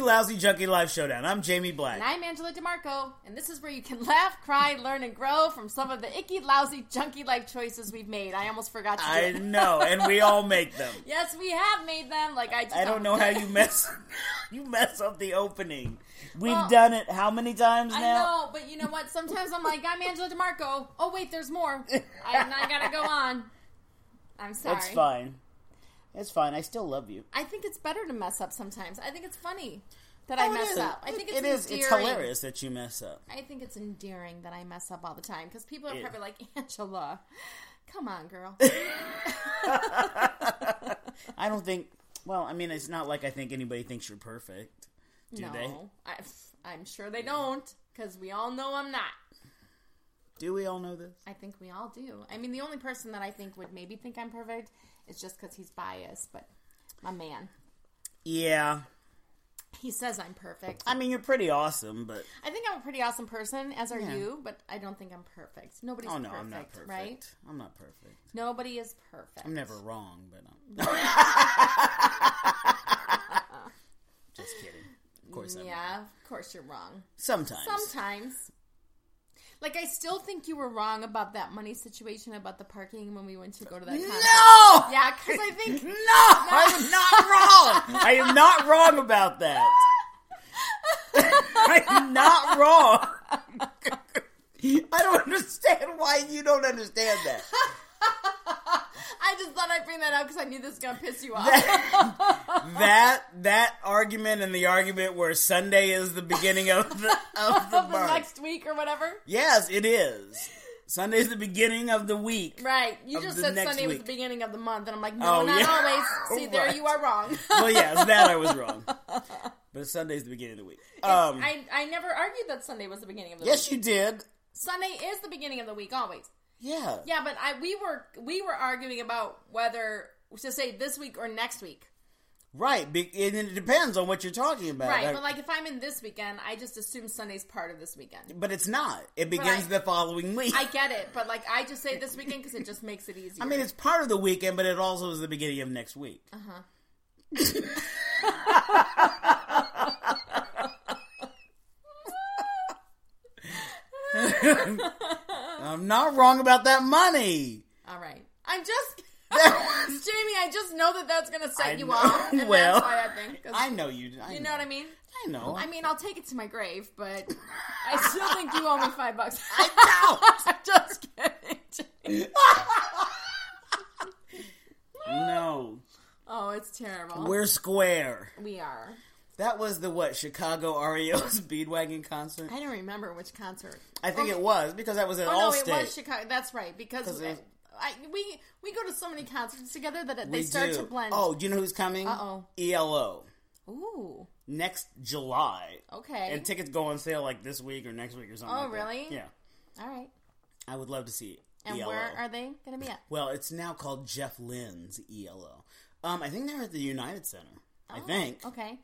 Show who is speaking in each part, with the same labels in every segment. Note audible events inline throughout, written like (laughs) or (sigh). Speaker 1: Lousy Junkie Live Showdown. I'm Jamie Black.
Speaker 2: And I'm Angela DeMarco, and this is where you can (laughs) laugh, cry, learn, and grow from some of the icky, lousy, junky life choices we've made. I almost forgot to do
Speaker 1: I
Speaker 2: it.
Speaker 1: know, and we
Speaker 2: (laughs)
Speaker 1: all make them.
Speaker 2: Yes, we have made them. Like I, just
Speaker 1: I don't know how you mess (laughs) you mess up the opening. We've
Speaker 2: Well,
Speaker 1: done it how many times
Speaker 2: I
Speaker 1: now?
Speaker 2: know, but you know what? Sometimes I'm like, I'm Angela DeMarco. Oh wait, there's more. I, and I gotta go on. I'm sorry.
Speaker 1: It's fine. It's fine. I still love you.
Speaker 2: I think it's better to mess up sometimes. I think it's funny that I
Speaker 1: Oh, it
Speaker 2: mess
Speaker 1: is.
Speaker 2: up. I think it's
Speaker 1: it is. It's
Speaker 2: endearing.
Speaker 1: hilarious that you mess up.
Speaker 2: I think it's endearing that I mess up all the time because people are
Speaker 1: Yeah.
Speaker 2: probably like, (laughs) Angela, come on, girl.
Speaker 1: I don't think. Well, I mean, it's not like I think anybody thinks you're perfect, do
Speaker 2: no,
Speaker 1: they?
Speaker 2: I, am sure they don't because we all know I'm not.
Speaker 1: Do we all know this?
Speaker 2: I think we all do. I mean, the only person that I think would maybe think I'm perfect is just because he's biased, but my man,
Speaker 1: Yeah.
Speaker 2: he says I'm perfect.
Speaker 1: I mean, you're pretty awesome, but
Speaker 2: I think I'm a pretty awesome person, as are you, but I don't think I'm perfect. Nobody's
Speaker 1: oh no,
Speaker 2: perfect,
Speaker 1: I'm not perfect.
Speaker 2: right?
Speaker 1: I'm not perfect.
Speaker 2: Nobody is perfect.
Speaker 1: I'm never wrong, but I'm (laughs) just kidding. Of course, I'm. wrong.
Speaker 2: Yeah, of course you're wrong.
Speaker 1: Sometimes.
Speaker 2: Sometimes. Like I still think you were wrong about that money situation about the parking when we went to go to that concert.
Speaker 1: No.
Speaker 2: Yeah, because I think
Speaker 1: No, I'm not wrong. I am not wrong about that. I am not wrong. I don't understand why you don't understand that.
Speaker 2: I just thought I'd bring that up because I knew this was gonna piss you off.
Speaker 1: That that argument and the argument where Sunday is the beginning of the of the,
Speaker 2: (laughs) the
Speaker 1: month.
Speaker 2: next week or whatever.
Speaker 1: Yes, it is. Sunday's the beginning of the week.
Speaker 2: Right. You
Speaker 1: Of
Speaker 2: just
Speaker 1: the
Speaker 2: said
Speaker 1: next
Speaker 2: Sunday was
Speaker 1: week.
Speaker 2: the beginning of the month, and I'm like, no,
Speaker 1: Oh,
Speaker 2: not
Speaker 1: yeah. (laughs)
Speaker 2: always. See, there
Speaker 1: Right.
Speaker 2: you are wrong.
Speaker 1: Well, yes, that I was wrong. But Sunday's the beginning of the week. Um,
Speaker 2: I, I never argued that Sunday was the beginning of the week.
Speaker 1: yes, you did.
Speaker 2: Sunday is the beginning of the week always.
Speaker 1: Yeah.
Speaker 2: Yeah, but I we were we were arguing about whether to say this week or next week.
Speaker 1: Right. Be- and it depends on what you're talking about.
Speaker 2: Right,
Speaker 1: I-
Speaker 2: but like if I'm in this weekend, I just assume Sunday's part of this weekend.
Speaker 1: but it's not. It begins
Speaker 2: I-
Speaker 1: the following week.
Speaker 2: I get it, but like I just say this weekend because it just makes it easier.
Speaker 1: I mean, it's part of the weekend, but it also is the beginning of next week.
Speaker 2: Uh-huh.
Speaker 1: (laughs) I'm not wrong about that
Speaker 2: (laughs)
Speaker 1: money. (laughs)
Speaker 2: all right. I'm just
Speaker 1: That was-
Speaker 2: Jamie. I just know that that's gonna set
Speaker 1: I
Speaker 2: you
Speaker 1: know. (laughs)
Speaker 2: off. And
Speaker 1: Well,
Speaker 2: that's why I think 'cause
Speaker 1: I know you. I
Speaker 2: you know what I mean.
Speaker 1: I know.
Speaker 2: I mean, I'll take it to my grave, but I still think you owe me five bucks.
Speaker 1: (laughs) I
Speaker 2: (laughs) I'm just kidding. Jamie.
Speaker 1: know. no,
Speaker 2: Oh, it's terrible.
Speaker 1: we're square.
Speaker 2: we are.
Speaker 1: That was the what Chicago REO's (laughs) Speedwagon concert.
Speaker 2: I don't remember which concert.
Speaker 1: I think it was because that was at
Speaker 2: Oh, no,
Speaker 1: Allstate.
Speaker 2: it was Chicago. That's right, because uh,
Speaker 1: 'Cause it-
Speaker 2: I, we we go to so many concerts together that it- they
Speaker 1: We
Speaker 2: start
Speaker 1: do.
Speaker 2: to blend.
Speaker 1: Oh, do you know who's coming?
Speaker 2: Uh-oh.
Speaker 1: ELO
Speaker 2: Ooh,
Speaker 1: next July.
Speaker 2: okay.
Speaker 1: And tickets go on sale like this week or next week or something.
Speaker 2: Oh,
Speaker 1: like that.
Speaker 2: really?
Speaker 1: Yeah.
Speaker 2: All right.
Speaker 1: I would love to see
Speaker 2: And
Speaker 1: ELO.
Speaker 2: where are they going to be at?
Speaker 1: well, it's now called Jeff Lynn's ELO. Um, I think they're at the United Center. I think.
Speaker 2: Oh, Okay.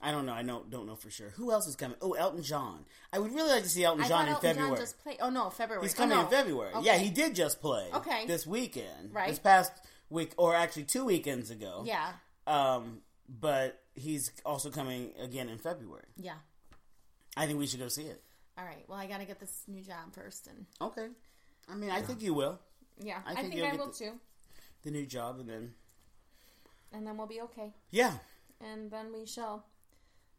Speaker 1: I don't know. I don't don't know for sure. Who else is coming? Oh, Elton John. I would really like to see Elton
Speaker 2: I
Speaker 1: John
Speaker 2: thought
Speaker 1: in
Speaker 2: Elton
Speaker 1: February.
Speaker 2: John just played. Oh no, February.
Speaker 1: He's
Speaker 2: Oh,
Speaker 1: coming
Speaker 2: no.
Speaker 1: in February.
Speaker 2: Okay.
Speaker 1: Yeah, he did just play.
Speaker 2: Okay.
Speaker 1: This weekend.
Speaker 2: Right.
Speaker 1: This past week, or actually two weekends ago.
Speaker 2: Yeah.
Speaker 1: Um, but he's also coming again in February.
Speaker 2: Yeah.
Speaker 1: I think we should go see it.
Speaker 2: All right. Well, I got to get this new job first, and
Speaker 1: Okay. I mean, I think you will.
Speaker 2: yeah, I
Speaker 1: think
Speaker 2: think,
Speaker 1: you'll
Speaker 2: I
Speaker 1: get
Speaker 2: will
Speaker 1: the-
Speaker 2: too.
Speaker 1: The new job, and then
Speaker 2: And then we'll be okay.
Speaker 1: yeah,
Speaker 2: And then we shall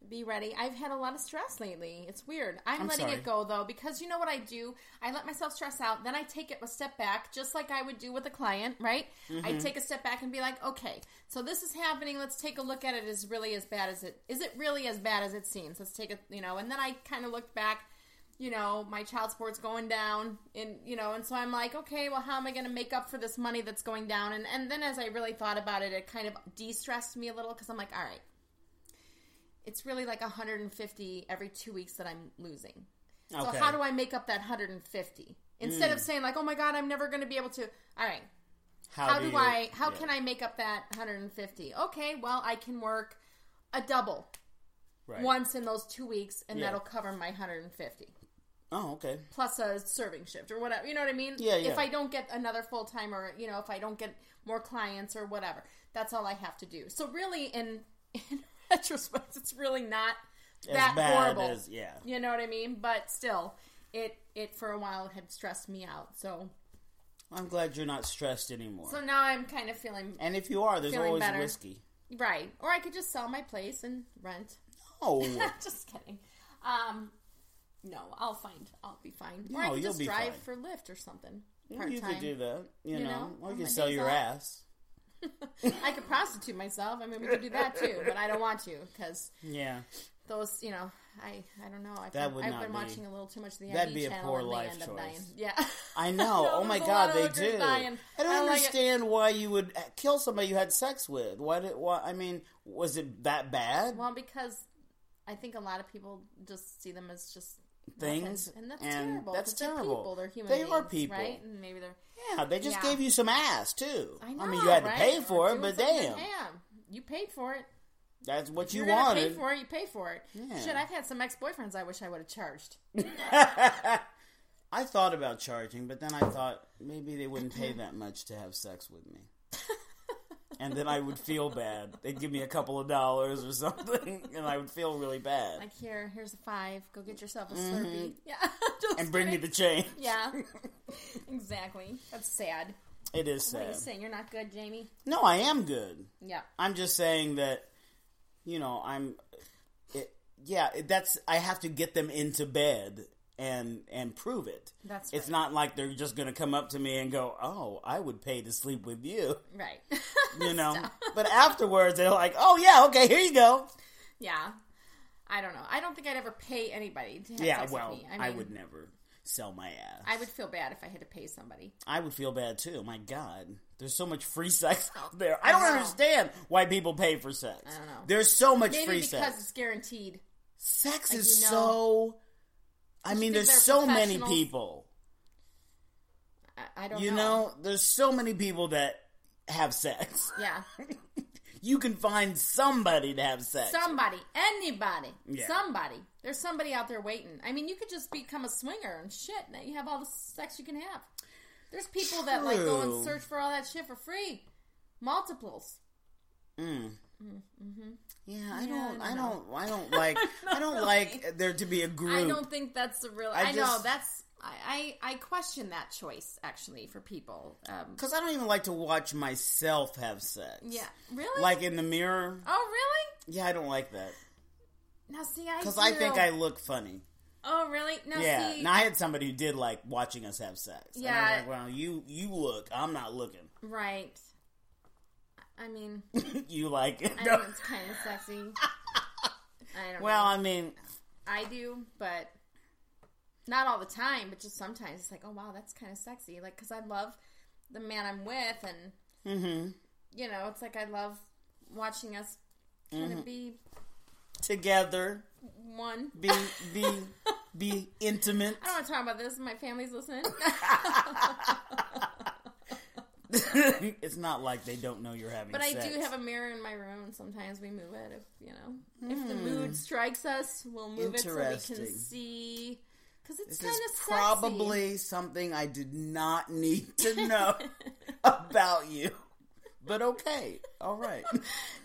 Speaker 2: be ready. I've had a lot of stress lately. It's weird. I'm,
Speaker 1: I'm
Speaker 2: letting
Speaker 1: sorry.
Speaker 2: it go though because you know what I do? I let myself stress out, then I take it a step back, just like I would do with a client, right? I take a step back and be like, "Okay, so this is happening. Let's take a look at it. Is really as bad as it is it really as bad as it seems? Let's take it, you know." And then I kind of looked back you know, my child support's going down and you know, and so I'm like, okay, well how am I gonna make up for this money that's going down? And and then as I really thought about it, it kind of de stressed me a little because I'm like, all right. It's really like 150 every two weeks that I'm losing. So
Speaker 1: Okay. Mm.
Speaker 2: how do I make up that 150? Instead of saying like, oh my god, I'm never gonna be able to all right, how do
Speaker 1: you-
Speaker 2: I how
Speaker 1: yeah.
Speaker 2: can I make up that 150? Okay, well I can work a double
Speaker 1: Right.
Speaker 2: once in those two weeks and
Speaker 1: Yeah.
Speaker 2: that'll cover my 150
Speaker 1: Oh, okay.
Speaker 2: plus a serving shift or whatever. You know what I mean?
Speaker 1: Yeah, yeah.
Speaker 2: If I don't get another full time or you know, if I don't get more clients or whatever, that's all I have to do. So really, in (laughs) in retrospect, it's really not
Speaker 1: As
Speaker 2: that
Speaker 1: bad
Speaker 2: horrible.
Speaker 1: as yeah.
Speaker 2: You know what I mean? But still, it it for a while had stressed me out. So
Speaker 1: I'm glad you're not stressed anymore.
Speaker 2: so now I'm kind of feeling
Speaker 1: and if you are, there's
Speaker 2: Feeling
Speaker 1: always
Speaker 2: better.
Speaker 1: whiskey.
Speaker 2: right. Or I could just sell my place and rent. (laughs)
Speaker 1: Oh,
Speaker 2: just kidding. Um, no, I'll find. I'll be fine. or I
Speaker 1: No,
Speaker 2: could
Speaker 1: you'll
Speaker 2: just
Speaker 1: be
Speaker 2: drive
Speaker 1: fine.
Speaker 2: for Lyft or something. Part
Speaker 1: you could do
Speaker 2: time.
Speaker 1: that. You,
Speaker 2: You
Speaker 1: know,
Speaker 2: know,
Speaker 1: or
Speaker 2: on
Speaker 1: you could
Speaker 2: my
Speaker 1: sell
Speaker 2: days
Speaker 1: your
Speaker 2: off.
Speaker 1: ass.
Speaker 2: I could prostitute myself. I mean, we could do that too, but I don't want to because
Speaker 1: Yeah,
Speaker 2: those, you know, I, I don't know. I've
Speaker 1: That
Speaker 2: been,
Speaker 1: would
Speaker 2: I've
Speaker 1: not
Speaker 2: been
Speaker 1: be-
Speaker 2: watching a little too much of the
Speaker 1: that'd
Speaker 2: ID
Speaker 1: be a
Speaker 2: channel
Speaker 1: poor
Speaker 2: and they
Speaker 1: life
Speaker 2: end up
Speaker 1: choice.
Speaker 2: dying. Yeah, (laughs)
Speaker 1: I know.
Speaker 2: No,
Speaker 1: oh my
Speaker 2: there's a lot
Speaker 1: god,
Speaker 2: of
Speaker 1: they
Speaker 2: hookers
Speaker 1: do.
Speaker 2: dying. Oh
Speaker 1: I don't
Speaker 2: I like it.
Speaker 1: understand why you would uh, kill somebody you had sex with. Why did? Why? I mean, was it that bad?
Speaker 2: well, because I think a lot of people just see them as just
Speaker 1: Things,
Speaker 2: weapons, and that's
Speaker 1: and
Speaker 2: terrible.
Speaker 1: that's
Speaker 2: 'cause they're
Speaker 1: terrible.
Speaker 2: people. They're human.
Speaker 1: They are
Speaker 2: beings,
Speaker 1: people.
Speaker 2: right? And maybe they're.
Speaker 1: yeah, they just
Speaker 2: yeah.
Speaker 1: gave you some ass too.
Speaker 2: I know.
Speaker 1: mean, you had
Speaker 2: right?
Speaker 1: to pay for
Speaker 2: Or
Speaker 1: it,
Speaker 2: doing
Speaker 1: but
Speaker 2: something
Speaker 1: damn,
Speaker 2: that- damn, you paid for it.
Speaker 1: that's what you
Speaker 2: You're gonna
Speaker 1: wanted.
Speaker 2: pay for it. You pay for it.
Speaker 1: Yeah.
Speaker 2: Shit, I've had some ex boyfriends. I wish I would have charged.
Speaker 1: I thought about charging, but then I thought maybe they wouldn't pay that much to have sex with
Speaker 2: (laughs)
Speaker 1: me. and then I would feel bad. They'd give me a couple of dollars or something, (laughs) and I would feel really bad.
Speaker 2: Like here, here's a five. Go get yourself a Slurpee. (laughs) Yeah, just
Speaker 1: Mm-hmm. and bring me
Speaker 2: kidding.
Speaker 1: the change. (laughs)
Speaker 2: Yeah, exactly. That's sad.
Speaker 1: It is
Speaker 2: What
Speaker 1: sad.
Speaker 2: are you saying? You're not good, Jamie.
Speaker 1: No, I am good.
Speaker 2: Yeah.
Speaker 1: I'm just saying that, you know, I'm. It, yeah, it- that's. I have to get them into bed and and prove it.
Speaker 2: That's
Speaker 1: It's
Speaker 2: right.
Speaker 1: not like they're just going to come up to me and go, "Oh, I would pay to sleep with
Speaker 2: (laughs)
Speaker 1: you."
Speaker 2: Right.
Speaker 1: you know. But afterwards, they're like, "Oh yeah, okay, here you go."
Speaker 2: yeah. I don't know. I don't think I'd ever pay anybody to have
Speaker 1: Yeah,
Speaker 2: sex
Speaker 1: well,
Speaker 2: with me.
Speaker 1: I,
Speaker 2: I, mean,
Speaker 1: would never sell my ass.
Speaker 2: I would feel bad if I had to pay somebody.
Speaker 1: I would feel bad too. My God, there's so much free sex out there. I don't
Speaker 2: Oh. I know.
Speaker 1: understand why people pay for sex.
Speaker 2: I don't know.
Speaker 1: There's so much
Speaker 2: Maybe
Speaker 1: free
Speaker 2: because
Speaker 1: sex.
Speaker 2: it's guaranteed.
Speaker 1: Sex is
Speaker 2: you know.
Speaker 1: so. I mean,
Speaker 2: think
Speaker 1: there's
Speaker 2: they're
Speaker 1: so many
Speaker 2: professionals?
Speaker 1: people.
Speaker 2: I, I don't
Speaker 1: You
Speaker 2: know.
Speaker 1: know, there's so many people that have sex. (laughs)
Speaker 2: Yeah.
Speaker 1: You can find somebody to have sex.
Speaker 2: Somebody, anybody,
Speaker 1: Yeah.
Speaker 2: somebody. There's somebody out there waiting. I mean, you could just become a swinger and shit. And you have all the sex you can have. There's people that like go
Speaker 1: True.
Speaker 2: and search for all that shit for free, multiples.
Speaker 1: yeah, I
Speaker 2: Yeah,
Speaker 1: don't.
Speaker 2: (laughs) I
Speaker 1: I
Speaker 2: don't
Speaker 1: don't. I don't like. I don't like there to be a group.
Speaker 2: I don't think that's the real. I, know
Speaker 1: just-
Speaker 2: that's. I, I I question that choice actually for people. Um,
Speaker 1: Because I don't even like to watch myself have sex.
Speaker 2: yeah, really.
Speaker 1: Like in the mirror.
Speaker 2: oh really?
Speaker 1: Yeah, I don't like that.
Speaker 2: Now see, I
Speaker 1: Because I
Speaker 2: do.
Speaker 1: think I look funny.
Speaker 2: Oh really? Now
Speaker 1: Yeah.
Speaker 2: see,
Speaker 1: Now, I had somebody who did like watching us have sex. And I was
Speaker 2: Yeah.
Speaker 1: like, well, you, you look. I'm not looking. (laughs)
Speaker 2: right. I mean,
Speaker 1: you like it. (laughs)
Speaker 2: I mean, it's kind of sexy. I don't.
Speaker 1: well,
Speaker 2: know.
Speaker 1: I mean,
Speaker 2: I do, but not all the time, but just sometimes it's like, oh wow, that's kind of sexy. Like, because I love the man I'm with, and
Speaker 1: Mm-hmm.
Speaker 2: you know, it's like I love watching us kind
Speaker 1: Mm-hmm.
Speaker 2: of be
Speaker 1: together,
Speaker 2: one.
Speaker 1: be,
Speaker 2: (laughs)
Speaker 1: be, be intimate.
Speaker 2: I don't want to talk about this. My
Speaker 1: (laughs)
Speaker 2: family's listening.
Speaker 1: (laughs) it's not like they don't know you're having
Speaker 2: but I
Speaker 1: sex.
Speaker 2: do have a mirror in my room, and sometimes we move it. If you know, if the mood strikes us, we'll move it so
Speaker 1: Hmm.
Speaker 2: we
Speaker 1: Interesting.
Speaker 2: can see. Because it's
Speaker 1: This
Speaker 2: kind
Speaker 1: is
Speaker 2: of (laughs)
Speaker 1: probably something I did not need to know about you. But okay. All right.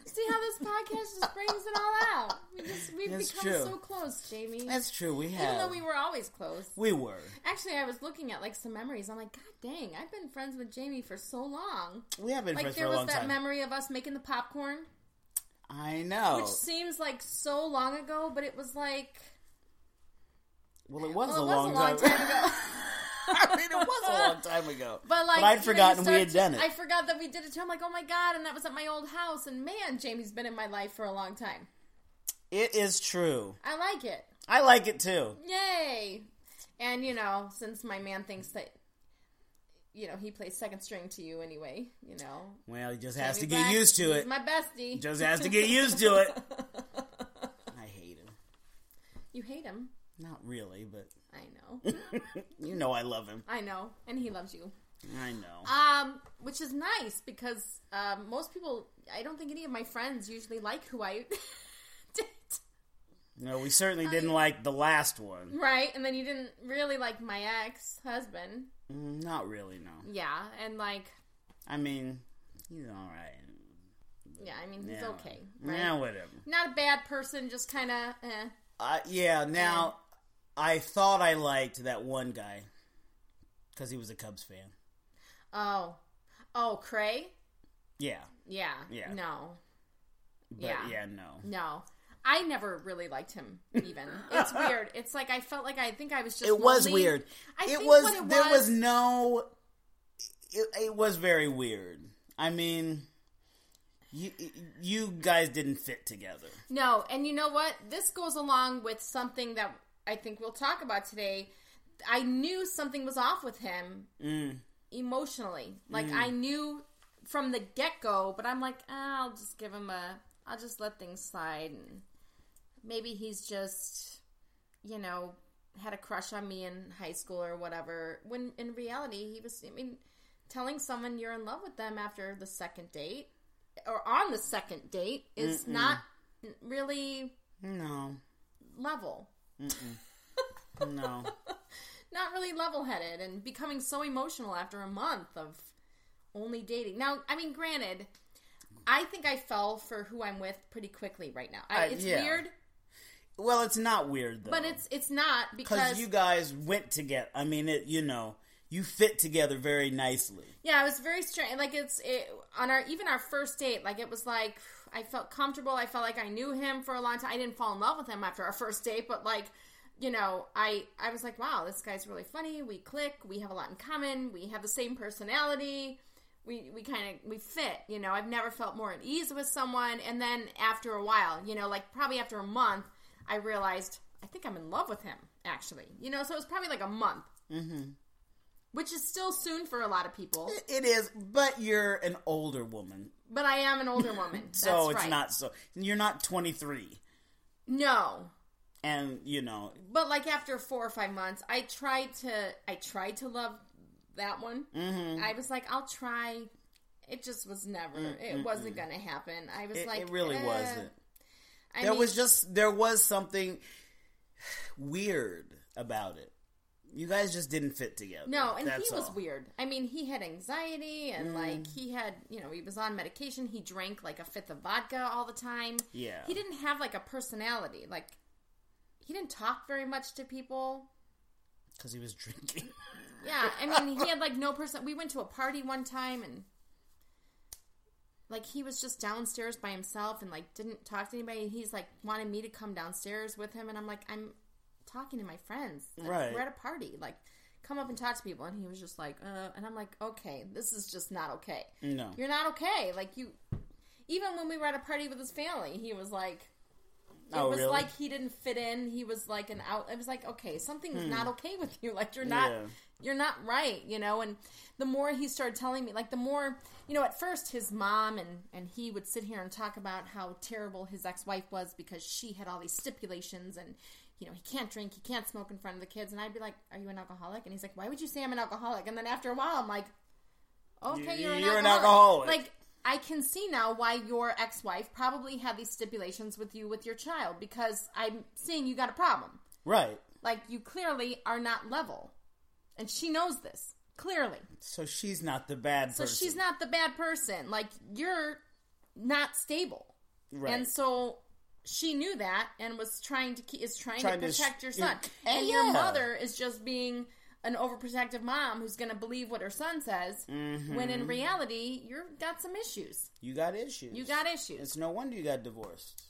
Speaker 2: See how this podcast just brings it all out. We just we've
Speaker 1: That's
Speaker 2: become
Speaker 1: true.
Speaker 2: so close, Jamie.
Speaker 1: That's true. We
Speaker 2: Even though
Speaker 1: have.
Speaker 2: we were always close.
Speaker 1: we were.
Speaker 2: Actually, I was looking at like some memories. I'm like, God dang, I've been friends with Jamie for so long.
Speaker 1: We have been
Speaker 2: Like
Speaker 1: friends for
Speaker 2: there
Speaker 1: a
Speaker 2: was
Speaker 1: long
Speaker 2: that
Speaker 1: time.
Speaker 2: memory of us making the popcorn,
Speaker 1: I know.
Speaker 2: which seems like so long ago, but it was like
Speaker 1: well, it was,
Speaker 2: well, it
Speaker 1: a,
Speaker 2: was
Speaker 1: long
Speaker 2: a long time ago.
Speaker 1: (laughs) I mean, it was a long time
Speaker 2: (laughs)
Speaker 1: ago.
Speaker 2: But like,
Speaker 1: I'd
Speaker 2: you know, you
Speaker 1: forgotten we
Speaker 2: start
Speaker 1: had
Speaker 2: to-
Speaker 1: done it.
Speaker 2: I forgot that we did it too. I'm like, oh my god, and that was at my old house. And man, Jamie's been in my life for a long time.
Speaker 1: It is true.
Speaker 2: I like it.
Speaker 1: I like it too.
Speaker 2: Yay! And you know, since my man thinks that, you know, he plays second string to you anyway. You know,
Speaker 1: Well, he just has to
Speaker 2: Jamie
Speaker 1: get
Speaker 2: Black,
Speaker 1: used to
Speaker 2: he's
Speaker 1: it.
Speaker 2: My bestie.
Speaker 1: Just has to
Speaker 2: (laughs)
Speaker 1: get used to it. I hate him.
Speaker 2: You hate him.
Speaker 1: Not really, but
Speaker 2: I know.
Speaker 1: (laughs) you know I love him.
Speaker 2: I know. And he loves you.
Speaker 1: I know.
Speaker 2: Um, which is nice because um, most people, I don't think any of my friends usually like who I (laughs) did.
Speaker 1: No, we certainly didn't like the last one.
Speaker 2: Right? And then you didn't really like my ex husband.
Speaker 1: Mm, Not really, no.
Speaker 2: Yeah. And like,
Speaker 1: I mean, he's all right. but
Speaker 2: Yeah, I mean, he's
Speaker 1: now-
Speaker 2: okay, right?
Speaker 1: Now whatever.
Speaker 2: Not a bad person, just kind of, eh.
Speaker 1: Uh, yeah. Now, I thought I liked that one guy because he was a Cubs fan.
Speaker 2: Oh. Oh, Cray?
Speaker 1: Yeah,
Speaker 2: Yeah.
Speaker 1: Yeah.
Speaker 2: No.
Speaker 1: but yeah,
Speaker 2: Yeah.
Speaker 1: no.
Speaker 2: No. I never really liked him even.
Speaker 1: (laughs)
Speaker 2: It's weird. It's like I felt like I think I was just
Speaker 1: it was
Speaker 2: lonely.
Speaker 1: weird.
Speaker 2: I
Speaker 1: it
Speaker 2: think
Speaker 1: was
Speaker 2: what it
Speaker 1: there was
Speaker 2: was
Speaker 1: no. It, it was very weird. I mean, you you guys didn't fit together.
Speaker 2: No, and you know what? This goes along with something that I think we'll talk about today. I knew something was off with him emotionally. Like I knew from the get go, but I'm like, "Ah, I'll just give him a, I'll just let things slide, and maybe he's just, you know, had a crush on me in high school or whatever. When in reality, he was. I mean, telling someone you're in love with them after the second date or on the second date is not really
Speaker 1: No,
Speaker 2: level.
Speaker 1: no.
Speaker 2: Not really level headed and becoming so emotional after a month of only dating. Now, I mean, granted, I think I fell for who I'm with pretty quickly right now. I,
Speaker 1: Uh,
Speaker 2: it's
Speaker 1: yeah.
Speaker 2: weird,
Speaker 1: (laughs) well, it's not weird though.
Speaker 2: but it's it's not
Speaker 1: because
Speaker 2: because
Speaker 1: you guys went together. I mean, it you know you fit together very nicely.
Speaker 2: yeah, it was very strange. Like it's it, on our even our first date, like it was like I felt comfortable. I felt like I knew him for a long time. I didn't fall in love with him after our first date, but like you know, I I was like, wow, this guy's really funny. We click. We have a lot in common. We have the same personality. We we kind of we fit. You know, I've never felt more at ease with someone. And then after a while, you know, like probably after a month, I realized I think I'm in love with him. Actually, you know, so it was probably like a month. Mm-hmm. Which is still soon for a lot of people.
Speaker 1: It is, but you're an older woman,
Speaker 2: But I am an older woman. That's
Speaker 1: (laughs) so it's
Speaker 2: right.
Speaker 1: not so. You're not 23,
Speaker 2: No.
Speaker 1: and you know
Speaker 2: But like after four or five months, I tried to I tried to love that one. Mm-hmm. I was like, I'll try. It just was never. It wasn't gonna happen. I was
Speaker 1: it,
Speaker 2: like,
Speaker 1: it really
Speaker 2: eh.
Speaker 1: wasn't.
Speaker 2: I
Speaker 1: there
Speaker 2: mean,
Speaker 1: was just there was something weird about it. You guys just didn't fit together.
Speaker 2: no, and
Speaker 1: That's
Speaker 2: he was
Speaker 1: all. Mm.
Speaker 2: weird. I mean, he had anxiety and like he had you know he was on medication. He drank like a fifth of vodka all the time.
Speaker 1: Yeah.
Speaker 2: he didn't have like a personality. Like he didn't talk very much to people.
Speaker 1: because he was drinking. (laughs)
Speaker 2: Yeah, I mean, he had like no person. We went to a party one time and like he was just downstairs by himself and like didn't talk to anybody. He's like wanted me to come downstairs with him, and I'm like, I'm talking to my friends. Like,
Speaker 1: Right.
Speaker 2: we're at a party. Like, come up and talk to people. And he was just like, uh, and I'm like, okay, this is just not okay.
Speaker 1: No,
Speaker 2: You're not okay. Like you, even when we were at a party with his family, he was like. It
Speaker 1: Oh,
Speaker 2: was
Speaker 1: really?
Speaker 2: like he didn't fit in. He was like an out. It was like okay, something's not okay with you. (laughs) Like you're not
Speaker 1: Hmm. Yeah.
Speaker 2: you're not right, you know. And the more he started telling me, like the more, you know, at first his mom and and he would sit here and talk about how terrible his ex wife was because she had all these stipulations and you know he can't drink, he can't smoke in front of the kids, and I'd be like, "Are you an alcoholic?" And he's like, "Why would you say I'm an alcoholic?" And then after a while, I'm like, "Okay,
Speaker 1: You-
Speaker 2: you're, an,
Speaker 1: you're an alcoholic.
Speaker 2: alcoholic. Like I can see now why your ex wife probably had these stipulations with you with your child because I'm seeing you got a problem.
Speaker 1: right?
Speaker 2: Like you clearly are not level. And she knows this. Clearly.
Speaker 1: So she's not the bad
Speaker 2: So
Speaker 1: person.
Speaker 2: she's not the bad person. Like you're not stable.
Speaker 1: right.
Speaker 2: And so she knew that and was trying to keep is trying,
Speaker 1: Trying
Speaker 2: to
Speaker 1: to
Speaker 2: protect
Speaker 1: sh-
Speaker 2: your son.
Speaker 1: you-
Speaker 2: And your
Speaker 1: yeah.
Speaker 2: mother is just being an overprotective mom who's going to believe what her son says when
Speaker 1: Mm-hmm.
Speaker 2: in reality you've got some issues. (laughs)
Speaker 1: you got issues.
Speaker 2: You got issues.
Speaker 1: It's no wonder you got divorced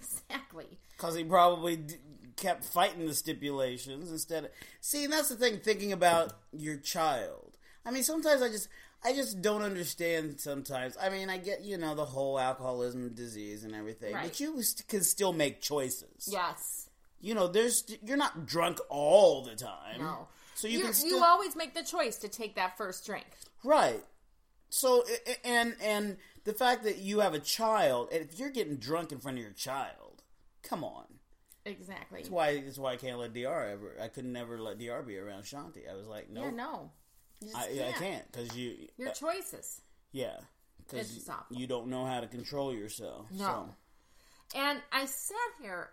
Speaker 2: exactly.
Speaker 1: because he probably d- kept fighting the stipulations instead of. See, and that's the thing. Thinking about your child. I mean, sometimes I just. I just don't understand sometimes. I mean, I get, you know, the whole alcoholism disease and everything,
Speaker 2: Right.
Speaker 1: but you st- can still make choices.
Speaker 2: Yes.
Speaker 1: you know, there's you're not drunk all the time.
Speaker 2: No.
Speaker 1: So you
Speaker 2: You're-
Speaker 1: can
Speaker 2: you
Speaker 1: still
Speaker 2: always make the choice to take that first drink.
Speaker 1: right. So a- a- and and the fact that you have a child, and if you're getting drunk in front of your child, come on.
Speaker 2: Exactly.
Speaker 1: That's why that's why I can't let Dr ever. I could never let Dr be around Shanti. I was like, no,
Speaker 2: Yeah, no. You just
Speaker 1: I, I can't because you,
Speaker 2: Your
Speaker 1: uh,
Speaker 2: choices.
Speaker 1: yeah,
Speaker 2: It's just
Speaker 1: because
Speaker 2: awful.
Speaker 1: you don't know how to control yourself.
Speaker 2: No.
Speaker 1: So.
Speaker 2: And I sat here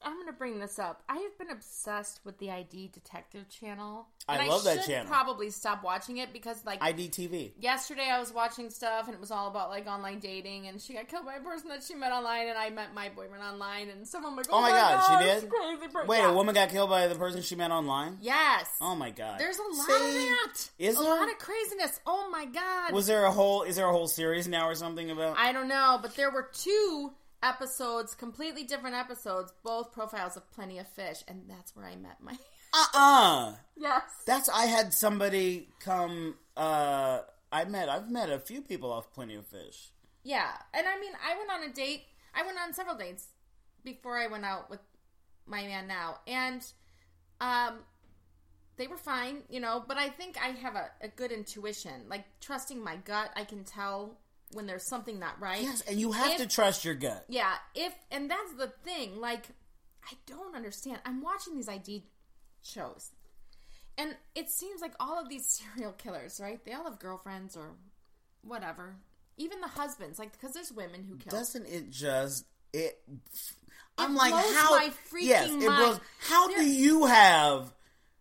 Speaker 2: I'm going to bring this up. I have been obsessed with the ID Detective channel.
Speaker 1: I
Speaker 2: And
Speaker 1: love that
Speaker 2: should
Speaker 1: channel.
Speaker 2: Probably stop watching it because like
Speaker 1: IDTV.
Speaker 2: yesterday I was watching stuff and it was all about like online dating and she got killed by a person that she met online and I met my boyfriend online and someone like oh,
Speaker 1: my God, she
Speaker 2: it's
Speaker 1: did?
Speaker 2: crazy per-"
Speaker 1: Wait,
Speaker 2: Yeah.
Speaker 1: a woman got killed by the person she met online?
Speaker 2: Yes.
Speaker 1: Oh my god.
Speaker 2: There's a lot
Speaker 1: See?
Speaker 2: of that.
Speaker 1: Is
Speaker 2: a
Speaker 1: there?
Speaker 2: lot of craziness. Oh my god.
Speaker 1: Was there a whole is there a whole series now or something about
Speaker 2: I don't know, but there were two episodes, completely different episodes, both profiles of Plenty of Fish, and that's where I met my (laughs)
Speaker 1: Uh uh
Speaker 2: Yes.
Speaker 1: That's I had somebody come uh I met I've met a few people off Plenty of Fish.
Speaker 2: Yeah. And I mean, I went on a date. I went on several dates before I went out with my man now. And um they were fine, you know, but I think I have a, a good intuition. Like trusting my gut, I can tell when there's something not right.
Speaker 1: Yes, and you have
Speaker 2: If-
Speaker 1: to trust your gut.
Speaker 2: Yeah, if and that's the thing. Like, I don't understand. I'm watching these ID shows, and it seems like all of these (laughs) serial killers, right? They all have girlfriends or whatever. Even the husbands, like, because there's women who kill.
Speaker 1: Doesn't it just it? I'm
Speaker 2: It
Speaker 1: like
Speaker 2: blows
Speaker 1: how?
Speaker 2: my freaking
Speaker 1: yes, it blows.
Speaker 2: mind.
Speaker 1: How do
Speaker 2: There-
Speaker 1: you have?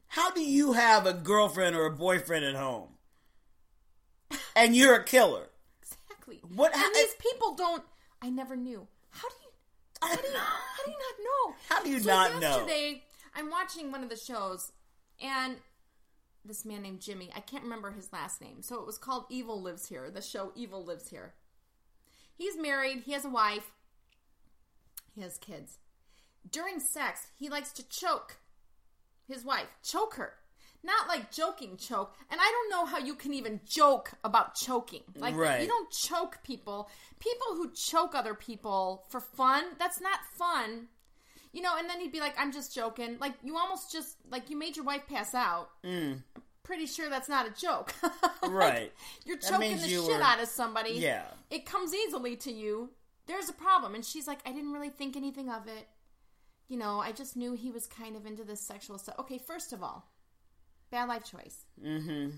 Speaker 1: How do you have a girlfriend or a boyfriend at
Speaker 2: (laughs)
Speaker 1: home? And you're a killer.
Speaker 2: exactly.
Speaker 1: What-
Speaker 2: And
Speaker 1: I-
Speaker 2: these people don't. I never knew. How do you?
Speaker 1: I
Speaker 2: How do you, how do you not know?
Speaker 1: How do you
Speaker 2: so
Speaker 1: not know?
Speaker 2: yesterday, I'm watching one of the shows, and this man named Jimmy, I can't remember his last name. So it was called Evil Lives Here, the show Evil Lives Here. He's married, he has a wife, he has kids. During sex, he likes to choke his wife, choke her. Not like joking choke. And I don't know how you can even joke about choking. Like
Speaker 1: Right.
Speaker 2: you don't choke people. People who choke other people for fun, that's not fun. You know, and then he'd be like, I'm just joking. Like you almost just like you made your wife pass out. Mm. Pretty sure that's not a joke. (laughs)
Speaker 1: (laughs)
Speaker 2: Like,
Speaker 1: Right.
Speaker 2: You're
Speaker 1: That
Speaker 2: choking
Speaker 1: means
Speaker 2: the
Speaker 1: you
Speaker 2: shit
Speaker 1: were-
Speaker 2: out of somebody.
Speaker 1: Yeah.
Speaker 2: It comes easily to you. There's a problem. And she's like, I didn't really think anything of it. You know, I just knew he was kind of into this sexual stuff. Okay, first of all, bad life choice. Mm-hmm.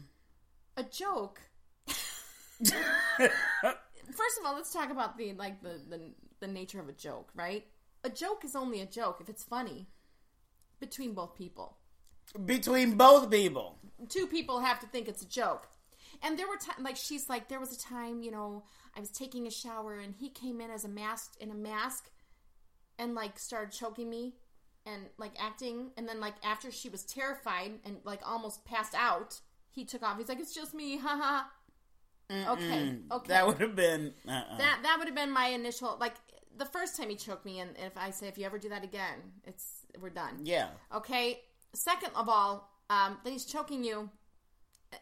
Speaker 1: (laughs)
Speaker 2: A joke. first of all, let's talk about the like the, the the nature of a joke, right? A joke is only a joke if it's funny between both people
Speaker 1: Between both people,
Speaker 2: two people have to think it's a joke. And there were times, like she's like, there was a time, you know, I was taking a shower and he came in as a mask in a mask, and like started choking me, and like acting, and then like after she was terrified and like almost passed out, he took off. He's like, it's just me, haha. Okay, okay.
Speaker 1: that would have been. Uh-uh.
Speaker 2: That that would have been my initial like the first time he choked me, and if I say if you ever do that again, it's we're done.
Speaker 1: yeah,
Speaker 2: Okay. Second of all, um, then he's choking you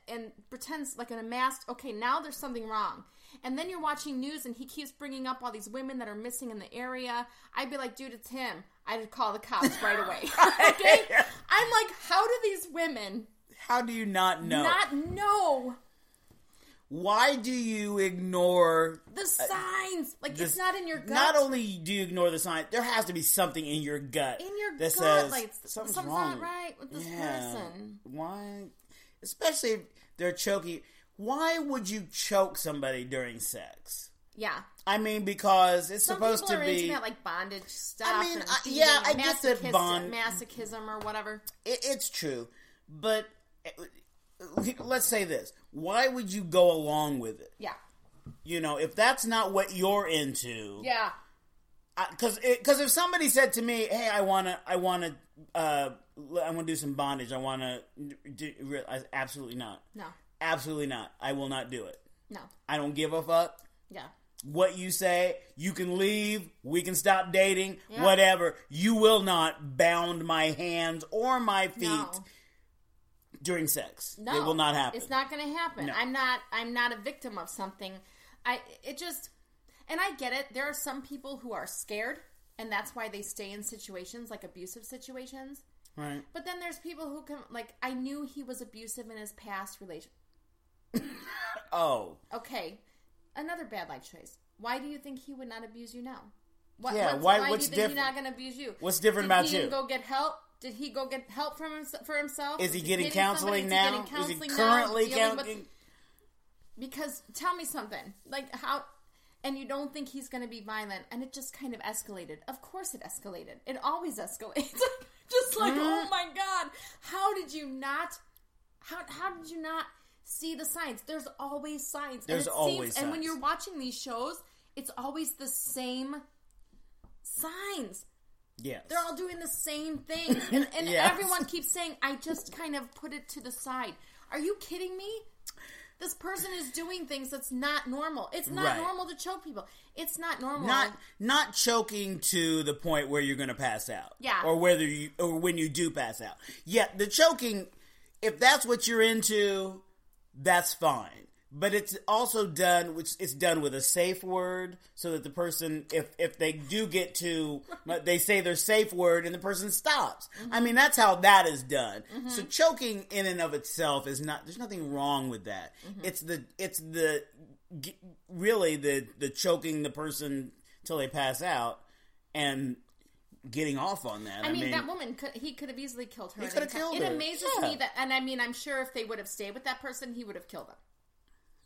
Speaker 2: and pretends like an amassed. Okay, now there's something wrong. And then you're watching news and he keeps bringing up all these women that are missing in the area. I'd be like, dude, it's him. I'd call the cops
Speaker 1: (laughs)
Speaker 2: right away. (laughs) okay? I'm like, how do these women
Speaker 1: how do you not know?
Speaker 2: not know
Speaker 1: Why do you ignore?
Speaker 2: the signs? Like,
Speaker 1: this-
Speaker 2: it's not in your gut.
Speaker 1: Not only do you ignore the sign, there has to be something in your gut
Speaker 2: in your
Speaker 1: that
Speaker 2: gut,
Speaker 1: says
Speaker 2: like something's,
Speaker 1: something's, wrong.
Speaker 2: not right with this person.
Speaker 1: Why? Especially if they're choking. Why would you choke somebody during sex?
Speaker 2: Yeah,
Speaker 1: I mean, because it's
Speaker 2: Some
Speaker 1: supposed
Speaker 2: people
Speaker 1: to
Speaker 2: are
Speaker 1: be.
Speaker 2: into that like bondage stuff.
Speaker 1: I mean,
Speaker 2: and
Speaker 1: I-
Speaker 2: beating
Speaker 1: yeah,
Speaker 2: and
Speaker 1: I get that
Speaker 2: masochist-
Speaker 1: bond-
Speaker 2: masochism or whatever.
Speaker 1: it, it's true, but uh, let's say this: Why would you go along with it?
Speaker 2: Yeah,
Speaker 1: You know, if that's not what you're into,
Speaker 2: yeah,
Speaker 1: Because because if somebody said to me, "Hey, I wanna, I wanna, uh, l- I wanna do some bondage. I wanna," do, re- I, absolutely not,
Speaker 2: no,
Speaker 1: absolutely not. I will not do it.
Speaker 2: no,
Speaker 1: I don't give a fuck.
Speaker 2: yeah,
Speaker 1: what you say. You can leave. We can stop dating. Whatever. You will not bound my hands or my feet
Speaker 2: no,
Speaker 1: during sex.
Speaker 2: no.
Speaker 1: It will not happen.
Speaker 2: It's not going to happen. I'm not. I'm not a victim of something. I. It just. And I get it. There are some people who are scared, and that's why they stay in situations like abusive situations.
Speaker 1: right.
Speaker 2: But then there's people who can like. I knew he was abusive in his past relation.
Speaker 1: Oh.
Speaker 2: Okay, another bad life choice. Why do you think he would not abuse you now? What,
Speaker 1: Yeah,
Speaker 2: what's,
Speaker 1: why-
Speaker 2: why
Speaker 1: what's
Speaker 2: do you think
Speaker 1: different?
Speaker 2: he's not going to abuse you?
Speaker 1: What's different
Speaker 2: Did
Speaker 1: about
Speaker 2: he
Speaker 1: you?
Speaker 2: Did go get help? Did he go get help from himself, for himself?
Speaker 1: Is he
Speaker 2: Is
Speaker 1: getting
Speaker 2: hitting somebody?
Speaker 1: counseling
Speaker 2: Is
Speaker 1: now?
Speaker 2: He getting counseling
Speaker 1: Is he currently
Speaker 2: now, dealing with-
Speaker 1: counseling?
Speaker 2: because tell me something. Like how? and you don't think he's going to be violent, and it just kind of escalated. Of course, it escalated. It always escalates. (laughs) just like,
Speaker 1: Mm-hmm.
Speaker 2: oh my god, how did you not? How how did you not see the signs? There's always signs.
Speaker 1: There's
Speaker 2: and it
Speaker 1: always
Speaker 2: seems, And when
Speaker 1: signs.
Speaker 2: you're watching these shows, it's always the same signs.
Speaker 1: Yes.
Speaker 2: They're all doing the same thing.
Speaker 1: (laughs)
Speaker 2: And, and
Speaker 1: Yes.
Speaker 2: everyone keeps saying, I just kind of put it to the side. Are you kidding me? This person is doing things that's not normal. It's not
Speaker 1: Right.
Speaker 2: normal to choke people. It's not normal.
Speaker 1: not not choking to the point where you're going to pass out.
Speaker 2: Yeah.
Speaker 1: Or whether you or when you do pass out. Yeah, the choking if that's what you're into, that's fine. But it's also done which it's done with a safe word so that the person if if they do get to they say their safe word and the person stops. I mean, that's how that is done. So
Speaker 2: Mm-hmm.
Speaker 1: choking in and of itself is not there's nothing wrong with that.
Speaker 2: Mm-hmm.
Speaker 1: It's the it's the g- really the the choking the person till they pass out and getting off on that.
Speaker 2: I mean, that woman could he could have easily killed her. at
Speaker 1: could
Speaker 2: any
Speaker 1: have
Speaker 2: time.
Speaker 1: killed
Speaker 2: It
Speaker 1: her.
Speaker 2: amazes
Speaker 1: Yeah.
Speaker 2: me that, and I mean, I'm sure if they would have stayed with that person, he would have killed them.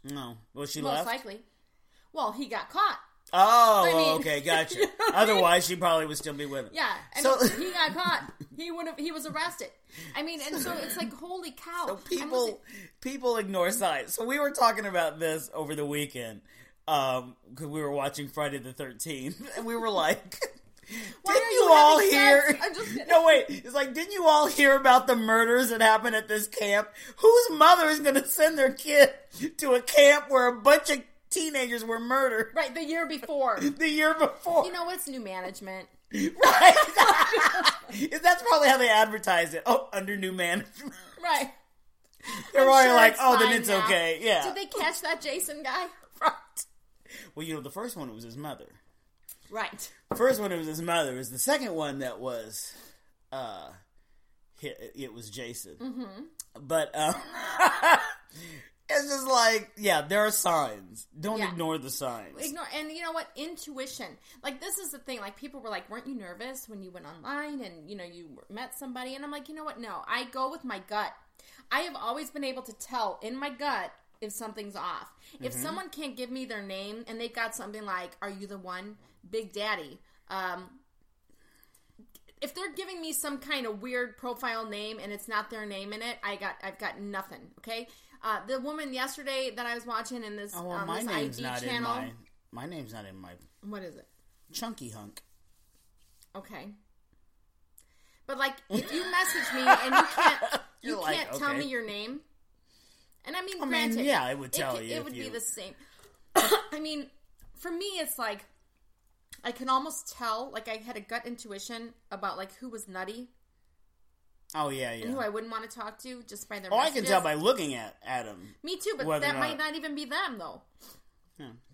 Speaker 1: no, well she
Speaker 2: Most
Speaker 1: left.
Speaker 2: likely. Well, he got caught.
Speaker 1: oh,
Speaker 2: I mean-
Speaker 1: okay,
Speaker 2: (laughs)
Speaker 1: gotcha. Otherwise, she probably would still be with him.
Speaker 2: Yeah, and
Speaker 1: So- (laughs)
Speaker 2: if he got caught. He would have. He was arrested. I mean, and so it's
Speaker 1: (laughs)
Speaker 2: like, holy cow!
Speaker 1: So
Speaker 2: I'm listening-
Speaker 1: people people ignore signs. So we were talking about this over the weekend because we were watching Friday the Thirteenth, and we were like. (laughs)
Speaker 2: Why
Speaker 1: didn't
Speaker 2: are
Speaker 1: you,
Speaker 2: you
Speaker 1: all
Speaker 2: having
Speaker 1: hear?
Speaker 2: sex? I'm
Speaker 1: (laughs)
Speaker 2: just kidding.
Speaker 1: No, wait. It's like, didn't you all hear about the murders that happened at this camp? Whose mother is going to send their kid to a camp where a bunch of teenagers were murdered (laughs)
Speaker 2: Right, the year before.
Speaker 1: the year before?
Speaker 2: You know, it's new management.
Speaker 1: right? That's probably how they advertise it. Oh, under new
Speaker 2: (laughs)
Speaker 1: management.
Speaker 2: Right.
Speaker 1: They're
Speaker 2: I'm
Speaker 1: already
Speaker 2: sure
Speaker 1: like,
Speaker 2: it's
Speaker 1: oh, then
Speaker 2: fine
Speaker 1: it's
Speaker 2: now."
Speaker 1: okay. Yeah.
Speaker 2: Did they catch that Jason guy?
Speaker 1: right. Well, you know, the first one was his mother.
Speaker 2: Right.
Speaker 1: The first one was his mother. It was the second one that was, uh, hi- it was Jason. Mm-hmm. But um, (laughs) it's just like, yeah, there are signs. Don't
Speaker 2: Yeah.
Speaker 1: ignore the signs.
Speaker 2: Ignore and you know what? Intuition. Like this is the thing. Like people were like, weren't you nervous when you went online and you know you met somebody? And I'm like, you know what? No, I go with my gut. I have always been able to tell in my gut if something's off. If
Speaker 1: Mm-hmm.
Speaker 2: someone can't give me their name and they've got something like, "Are you the one, Big Daddy?" Um, if they're giving me some kind of weird profile name and it's not their name in it, I got I've got nothing. Okay. Uh, the woman yesterday that I was watching in this
Speaker 1: oh, well,
Speaker 2: on
Speaker 1: my
Speaker 2: um, this
Speaker 1: name's
Speaker 2: ID
Speaker 1: not
Speaker 2: channel.
Speaker 1: in my. My name's not in my
Speaker 2: What is it?
Speaker 1: chunky hunk.
Speaker 2: Okay. But like, if you message me and you can't, you
Speaker 1: (laughs) You're like,
Speaker 2: can't tell
Speaker 1: okay.
Speaker 2: me your name. And I mean,
Speaker 1: mean,
Speaker 2: granted,
Speaker 1: yeah, it would tell
Speaker 2: could-
Speaker 1: you
Speaker 2: It
Speaker 1: if
Speaker 2: would be
Speaker 1: you-
Speaker 2: the same. (coughs) I mean, for me, it's like I can almost tell. Like I had a gut intuition about like who was nutty,
Speaker 1: Oh yeah, yeah.
Speaker 2: who I wouldn't want to talk to, just by their.
Speaker 1: oh, I can
Speaker 2: messages.
Speaker 1: tell by looking at at him.
Speaker 2: Me too, but
Speaker 1: whether or
Speaker 2: that might
Speaker 1: not-
Speaker 2: not even be them though.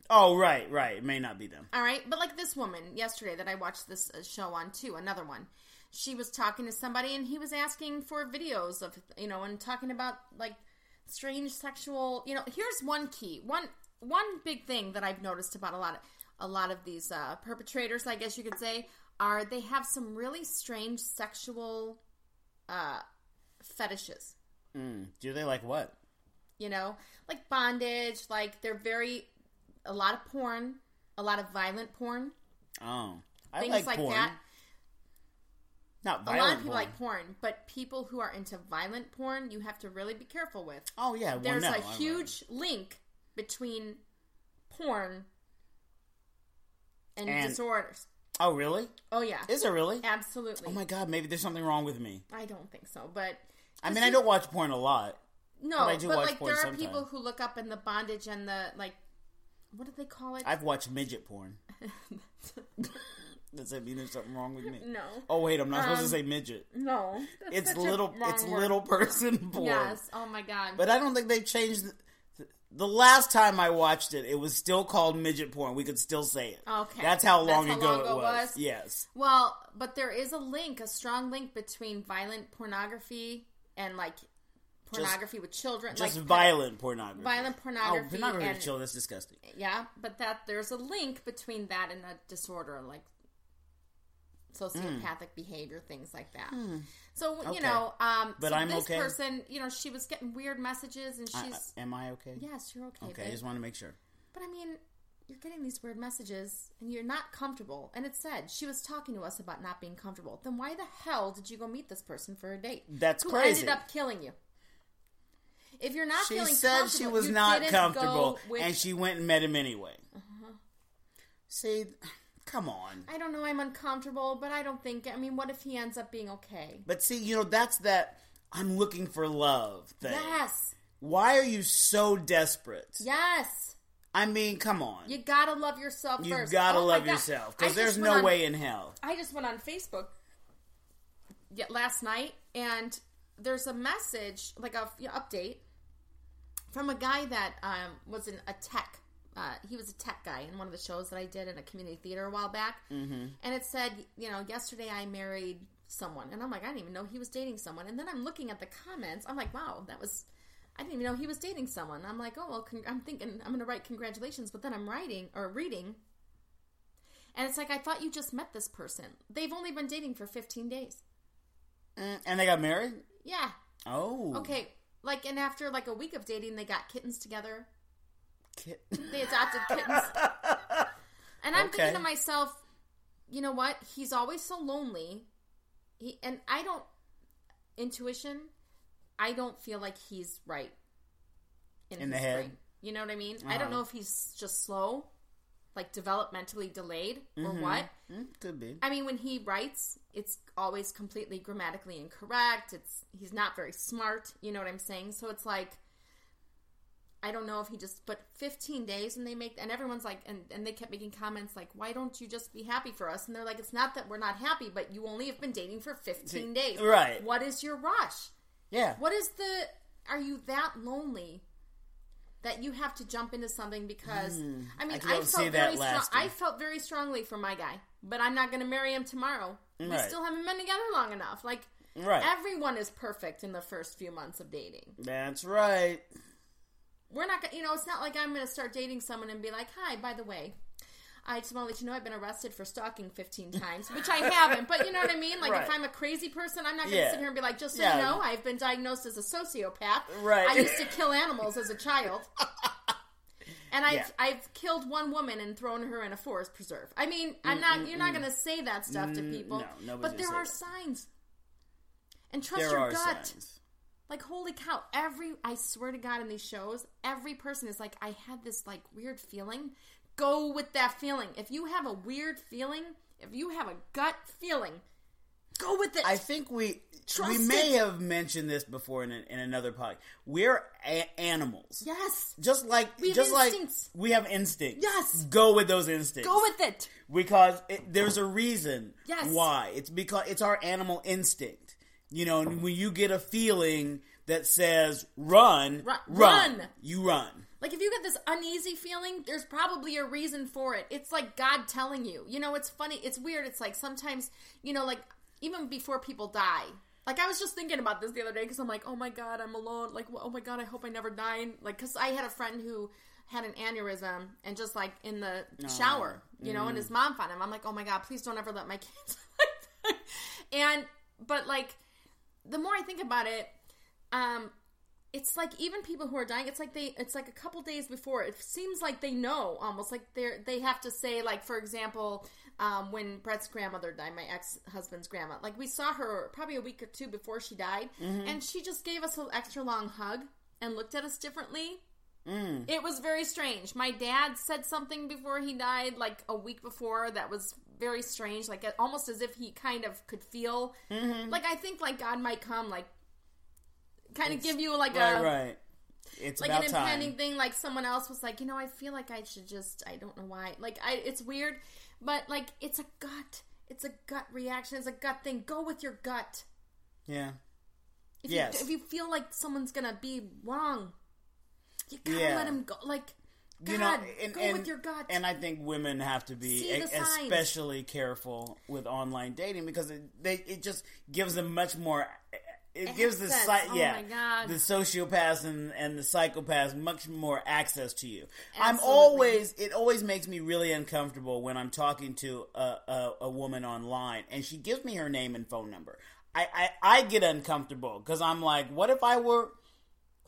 Speaker 1: Oh right, right. It may not be them.
Speaker 2: All right, but like this woman yesterday that I watched this uh, show on too, another one. She was talking to somebody and he was asking for videos of, you know, and talking about like strange sexual, you know, here's one key. One one big thing that I've noticed about a lot of a lot of these uh, perpetrators, I guess you could say, are they have some really strange sexual uh fetishes
Speaker 1: Mm. Do they like what?
Speaker 2: you know like bondage like they're very a lot of porn a lot of violent porn
Speaker 1: Oh, I
Speaker 2: things
Speaker 1: like,
Speaker 2: like,
Speaker 1: porn.
Speaker 2: that
Speaker 1: Not
Speaker 2: a
Speaker 1: violent
Speaker 2: lot of people
Speaker 1: porn.
Speaker 2: like porn but people who are into violent porn you have to really be careful with
Speaker 1: Oh yeah, well,
Speaker 2: there's
Speaker 1: no,
Speaker 2: a
Speaker 1: I wouldn't.
Speaker 2: huge link between porn and,
Speaker 1: And-
Speaker 2: disorders
Speaker 1: Oh really?
Speaker 2: oh yeah
Speaker 1: Is it really?
Speaker 2: absolutely
Speaker 1: Oh my god, maybe there's something wrong with me.
Speaker 2: i don't think so but
Speaker 1: I mean, I don't watch porn a lot.
Speaker 2: no
Speaker 1: but
Speaker 2: but,
Speaker 1: I do watch
Speaker 2: like
Speaker 1: porn
Speaker 2: there are
Speaker 1: sometime.
Speaker 2: people who look up in the bondage and the like what do they call it
Speaker 1: I've watched midget porn. Does that mean there's something wrong with me?
Speaker 2: (laughs) (laughs) no
Speaker 1: Oh wait, I'm not supposed to
Speaker 2: Um,
Speaker 1: say
Speaker 2: (laughs)
Speaker 1: midget.
Speaker 2: no that's
Speaker 1: It's
Speaker 2: such a
Speaker 1: little,
Speaker 2: wrong
Speaker 1: it's
Speaker 2: word.
Speaker 1: little person (laughs) porn.
Speaker 2: yes oh my god
Speaker 1: But I don't think they've changed. The, the last time I watched it, it was still called midget porn. We could still say it.
Speaker 2: Okay.
Speaker 1: that's how
Speaker 2: That's
Speaker 1: long
Speaker 2: how
Speaker 1: ago
Speaker 2: long
Speaker 1: it
Speaker 2: ago it
Speaker 1: was.
Speaker 2: was?
Speaker 1: Yes.
Speaker 2: Well, but there is a link, a strong link between violent pornography and like pornography with children,
Speaker 1: Just
Speaker 2: like
Speaker 1: violent pornography.
Speaker 2: violent pornography,
Speaker 1: Oh, pornography
Speaker 2: and
Speaker 1: with children. That's disgusting.
Speaker 2: yeah. But that there's a link between that and a disorder like sociopathic behavior, things like that. So
Speaker 1: Hmm. Okay.
Speaker 2: you know, um,
Speaker 1: But
Speaker 2: so
Speaker 1: I'm
Speaker 2: this
Speaker 1: okay.
Speaker 2: person, you know, she was getting weird messages, and
Speaker 1: I-
Speaker 2: she's
Speaker 1: I- am I okay?
Speaker 2: yes, you're okay,
Speaker 1: Okay, I
Speaker 2: babe.
Speaker 1: just want to make sure.
Speaker 2: but I mean, you're getting these weird messages and you're not comfortable. And it said she was talking to us about not being comfortable. Then why the hell did you go meet this person for a date?
Speaker 1: That's
Speaker 2: Who
Speaker 1: crazy.
Speaker 2: ended up killing you. If you're not
Speaker 1: She
Speaker 2: feeling
Speaker 1: said
Speaker 2: comfortable,
Speaker 1: she was
Speaker 2: you
Speaker 1: not
Speaker 2: didn't
Speaker 1: comfortable,
Speaker 2: go with- Uh-huh.
Speaker 1: and she went and met him anyway. See, come on.
Speaker 2: I don't know. I'm uncomfortable, but I don't think. I mean, what if he ends up being okay?
Speaker 1: But see, you know, that's that I'm looking for love thing.
Speaker 2: Yes,
Speaker 1: Why are you so desperate?
Speaker 2: yes.
Speaker 1: I mean, come on.
Speaker 2: You gotta love yourself
Speaker 1: You
Speaker 2: first.
Speaker 1: gotta
Speaker 2: Oh my
Speaker 1: love
Speaker 2: God.
Speaker 1: yourself
Speaker 2: I
Speaker 1: because
Speaker 2: just
Speaker 1: there's
Speaker 2: went
Speaker 1: no
Speaker 2: on-
Speaker 1: way in hell.
Speaker 2: I just went on Facebook ye- last night, and there's a message, like a f- update, from a guy that um, was in a tech. Uh, he was a tech guy in one of the shows that I did in a community theater a while back, mm-hmm. and it said, you know, yesterday I married someone, and I'm like, I didn't even know he was dating someone, and then I'm looking at the comments, I'm like, wow, that was. I didn't even know he was dating someone. I'm like, oh well. Con- I'm thinking I'm going to write congratulations, but then I'm writing or reading and it's like, I thought you just met this person. They've only been dating for 15 days.
Speaker 1: Mm, And they got married?
Speaker 2: Yeah.
Speaker 1: Oh.
Speaker 2: Okay. Like, and after like a week of dating, they got kittens together.
Speaker 1: Kid- (laughs)
Speaker 2: They adopted kittens. And I'm
Speaker 1: Okay.
Speaker 2: thinking to myself, you know what? He's always so lonely. He and I don't intuition. I don't feel like he's right
Speaker 1: In the
Speaker 2: his
Speaker 1: head. Uh-huh.
Speaker 2: brain. You know what I mean? I don't know if he's just slow, like developmentally delayed, or what.
Speaker 1: Mm, Could be.
Speaker 2: I mean, when he writes, it's always completely grammatically incorrect. It's he's not very smart. You know what I'm saying? So it's like, I don't know if he just. But 15 days, and they make, and everyone's like, and and they kept making comments like, why don't you just be happy for us? And they're like, it's not that we're not happy, but you only have been dating for 15 days,
Speaker 1: right.
Speaker 2: What is your rush?
Speaker 1: Yeah.
Speaker 2: What is the? Are you that lonely that you have to jump into something because I
Speaker 1: can
Speaker 2: mean I,
Speaker 1: Mm. don't
Speaker 2: felt
Speaker 1: see that
Speaker 2: very strong,
Speaker 1: lasting.
Speaker 2: I felt very strongly for my guy, but I'm not going to marry him tomorrow. We
Speaker 1: Right.
Speaker 2: still haven't been together long enough. Like
Speaker 1: Right.
Speaker 2: everyone is perfect in the first few months of dating.
Speaker 1: That's right.
Speaker 2: We're not going, to you know, it's not like I'm going to start dating someone and be like, "Hi, by the way." I just want to let you know I've been arrested for stalking 15 times, which I haven't. But you know what I mean? Like,
Speaker 1: Right.
Speaker 2: if I'm a crazy person, I'm not going to
Speaker 1: Yeah.
Speaker 2: sit here and be like, just so
Speaker 1: Yeah.
Speaker 2: you know, I've been diagnosed as a sociopath.
Speaker 1: Right.
Speaker 2: I used to kill animals as
Speaker 1: (laughs)
Speaker 2: a child. And I've,
Speaker 1: Yeah.
Speaker 2: I've killed one woman and thrown her in a forest preserve. I mean, I'm not. You're not going to say that stuff to people.
Speaker 1: Mm, no, nobody's
Speaker 2: but there
Speaker 1: gonna
Speaker 2: are
Speaker 1: say
Speaker 2: signs. And trust
Speaker 1: There
Speaker 2: your
Speaker 1: are
Speaker 2: gut.
Speaker 1: signs.
Speaker 2: Like holy cow! Every I swear to God, in these shows, every person is like, I had this like weird feeling. Go with that feeling. If you have a weird feeling, if you have a gut feeling, go with it.
Speaker 1: I think we
Speaker 2: Trust
Speaker 1: we may
Speaker 2: it.
Speaker 1: have mentioned this before in, an, in another podcast. We're a- animals.
Speaker 2: yes,
Speaker 1: Just like
Speaker 2: have
Speaker 1: just
Speaker 2: instincts.
Speaker 1: like we have instincts.
Speaker 2: Yes.
Speaker 1: Go with those instincts.
Speaker 2: go with it.
Speaker 1: because it, there's a reason
Speaker 2: Yes.
Speaker 1: why it's because it's our animal instinct you know and when you get a feeling that says run
Speaker 2: Ru-
Speaker 1: run,
Speaker 2: run.
Speaker 1: you run
Speaker 2: Like if you get this uneasy feeling, there's probably a reason for it. It's like God telling you. You know, it's funny, it's weird. It's like sometimes, you know, like even before people die. Like I was just thinking about this the other day because I'm like, oh my god, I'm alone. Like, oh my god, I hope I never die. And like, because I had a friend who had an aneurysm and just like in the shower, you know, and his mom found him. I'm like, oh my god, please don't ever let my (laughs) kids. like that. and but like, the more I think about it, um, it's like even people who are dying it's like they it's like a couple days before it seems like they know almost like they're they have to say like for example um, when brett's grandmother died my ex-husband's grandma like we saw her probably a week or two before she died
Speaker 1: Mm-hmm.
Speaker 2: and she just gave us an extra long hug and looked at us differently
Speaker 1: Mm.
Speaker 2: it was very strange. My dad said something before he died, like a week before, that was very strange. Like almost as if he kind of could feel,
Speaker 1: Mm-hmm.
Speaker 2: like I think, like God might come, like kind of give you like a
Speaker 1: right right it's
Speaker 2: like
Speaker 1: about
Speaker 2: an
Speaker 1: time
Speaker 2: impending thing like someone else was like you know i feel like i should just i don't know why like i it's weird but like it's a gut it's a gut reaction it's a gut thing go with your gut
Speaker 1: yeah
Speaker 2: if
Speaker 1: Yes.
Speaker 2: you if you feel like someone's gonna be wrong you gotta
Speaker 1: Yeah.
Speaker 2: let him go like God,
Speaker 1: you know and,
Speaker 2: go
Speaker 1: and,
Speaker 2: with your gut
Speaker 1: and i think women have to be
Speaker 2: See the
Speaker 1: e-
Speaker 2: signs.
Speaker 1: especially careful with online dating because it, they it just gives them much more it gives the
Speaker 2: Access.
Speaker 1: site
Speaker 2: Oh
Speaker 1: yeah
Speaker 2: my God.
Speaker 1: the sociopaths and, and the psychopaths much more access to you i'm
Speaker 2: Absolutely.
Speaker 1: always it always makes me really uncomfortable when i'm talking to a, a, a woman online and she gives me her name and phone number i i, I get uncomfortable because i'm like what if i were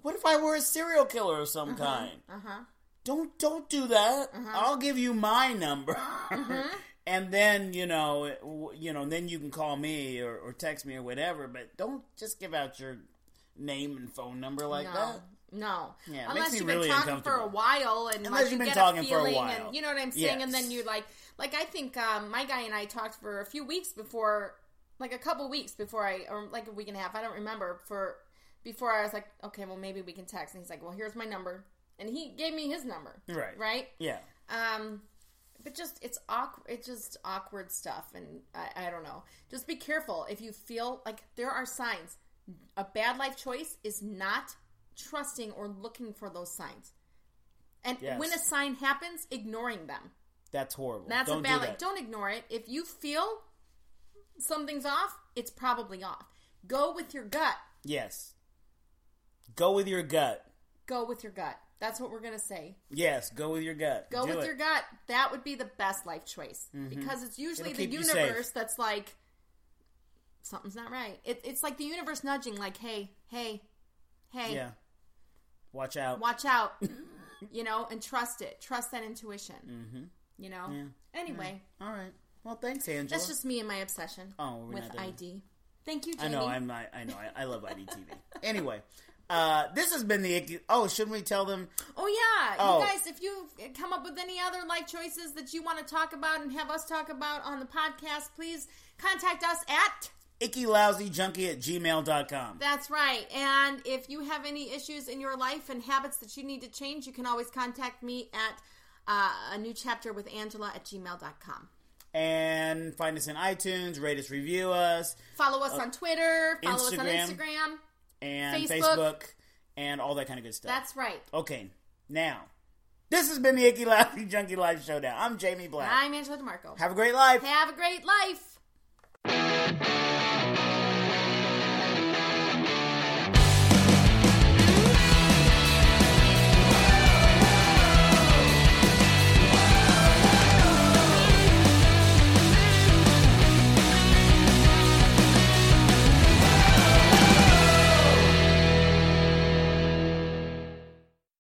Speaker 1: what if i were a serial killer of some kind
Speaker 2: uh-huh
Speaker 1: don't don't do that.
Speaker 2: Mm-hmm.
Speaker 1: I'll give you my number, (laughs) and then you know it- w- you know then you can call me or, or text me or whatever. But don't just give out your name and phone number like
Speaker 2: no,
Speaker 1: that.
Speaker 2: no.
Speaker 1: Yeah, it makes
Speaker 2: unless
Speaker 1: me
Speaker 2: you've been
Speaker 1: really
Speaker 2: talking for a
Speaker 1: uncomfortable.
Speaker 2: while, and
Speaker 1: Unless
Speaker 2: like,
Speaker 1: you've been
Speaker 2: you get
Speaker 1: talking
Speaker 2: a
Speaker 1: for a
Speaker 2: feeling
Speaker 1: while.
Speaker 2: And, you know what I'm saying? And then
Speaker 1: Yes.
Speaker 2: you're like, like I think um, my guy and I talked for a few weeks before, like a couple weeks before I, or like a week and a half. I don't remember for before I was like, okay, well maybe we can text. And he's like, well here's my number, and he gave me his number.
Speaker 1: Right.
Speaker 2: Right.
Speaker 1: Yeah.
Speaker 2: Um, but just it's awkward. It's just awkward stuff, and I, I don't know. Just be careful if you feel like there are signs. A bad life choice is not trusting or looking for those signs. And
Speaker 1: Yes.
Speaker 2: when a sign happens, ignoring them.
Speaker 1: That's horrible.
Speaker 2: That's
Speaker 1: don't
Speaker 2: a bad
Speaker 1: do
Speaker 2: life.
Speaker 1: that.
Speaker 2: Don't ignore it. If you feel something's off, it's probably off. Go with your gut.
Speaker 1: Yes. Go with your gut.
Speaker 2: Go with your gut. That's what we're going to say.
Speaker 1: Yes, go with your gut.
Speaker 2: Go
Speaker 1: Do
Speaker 2: with
Speaker 1: it. Mm-hmm.
Speaker 2: your gut. That would be the best life choice because it's usually
Speaker 1: It'll
Speaker 2: the
Speaker 1: keep you safe.
Speaker 2: universe that's like something's not right. It, it's like the universe nudging, like, "Hey, hey, hey,
Speaker 1: Yeah. Watch out.
Speaker 2: watch out," you know, and trust it. Trust that intuition. Mm-hmm. You know. Anyway,
Speaker 1: All right. Well, thanks, Angela.
Speaker 2: that's just me and my obsession
Speaker 1: Oh, we're
Speaker 2: with
Speaker 1: not doing
Speaker 2: ID. Thank you,
Speaker 1: I
Speaker 2: Jamie.
Speaker 1: know. I'm. I, I know. I, I love IDTV. anyway, uh, this has been the. icky- Oh, shouldn't we tell them?
Speaker 2: Oh yeah,
Speaker 1: Oh.
Speaker 2: you guys, if you come up with any other life choices that you want to talk about and have us talk about on the podcast, please contact us at
Speaker 1: Icky lousy junkie at gmail.com.
Speaker 2: That's right. And if you have any issues in your life and habits that you need to change, you can always contact me at uh, a new chapter with Angela at gmail.com.
Speaker 1: And find us in iTunes. Rate us. Review us.
Speaker 2: Follow us on Twitter, follow us on
Speaker 1: Instagram.
Speaker 2: Instagram.
Speaker 1: And Facebook.
Speaker 2: Facebook.
Speaker 1: and all that kind of good stuff.
Speaker 2: That's right.
Speaker 1: okay. Now, this has been the Icky Lousy Junkie Life Showdown. I'm Jamie Black.
Speaker 2: I'm Angela DeMarco.
Speaker 1: Have a great life.
Speaker 2: Have a great life.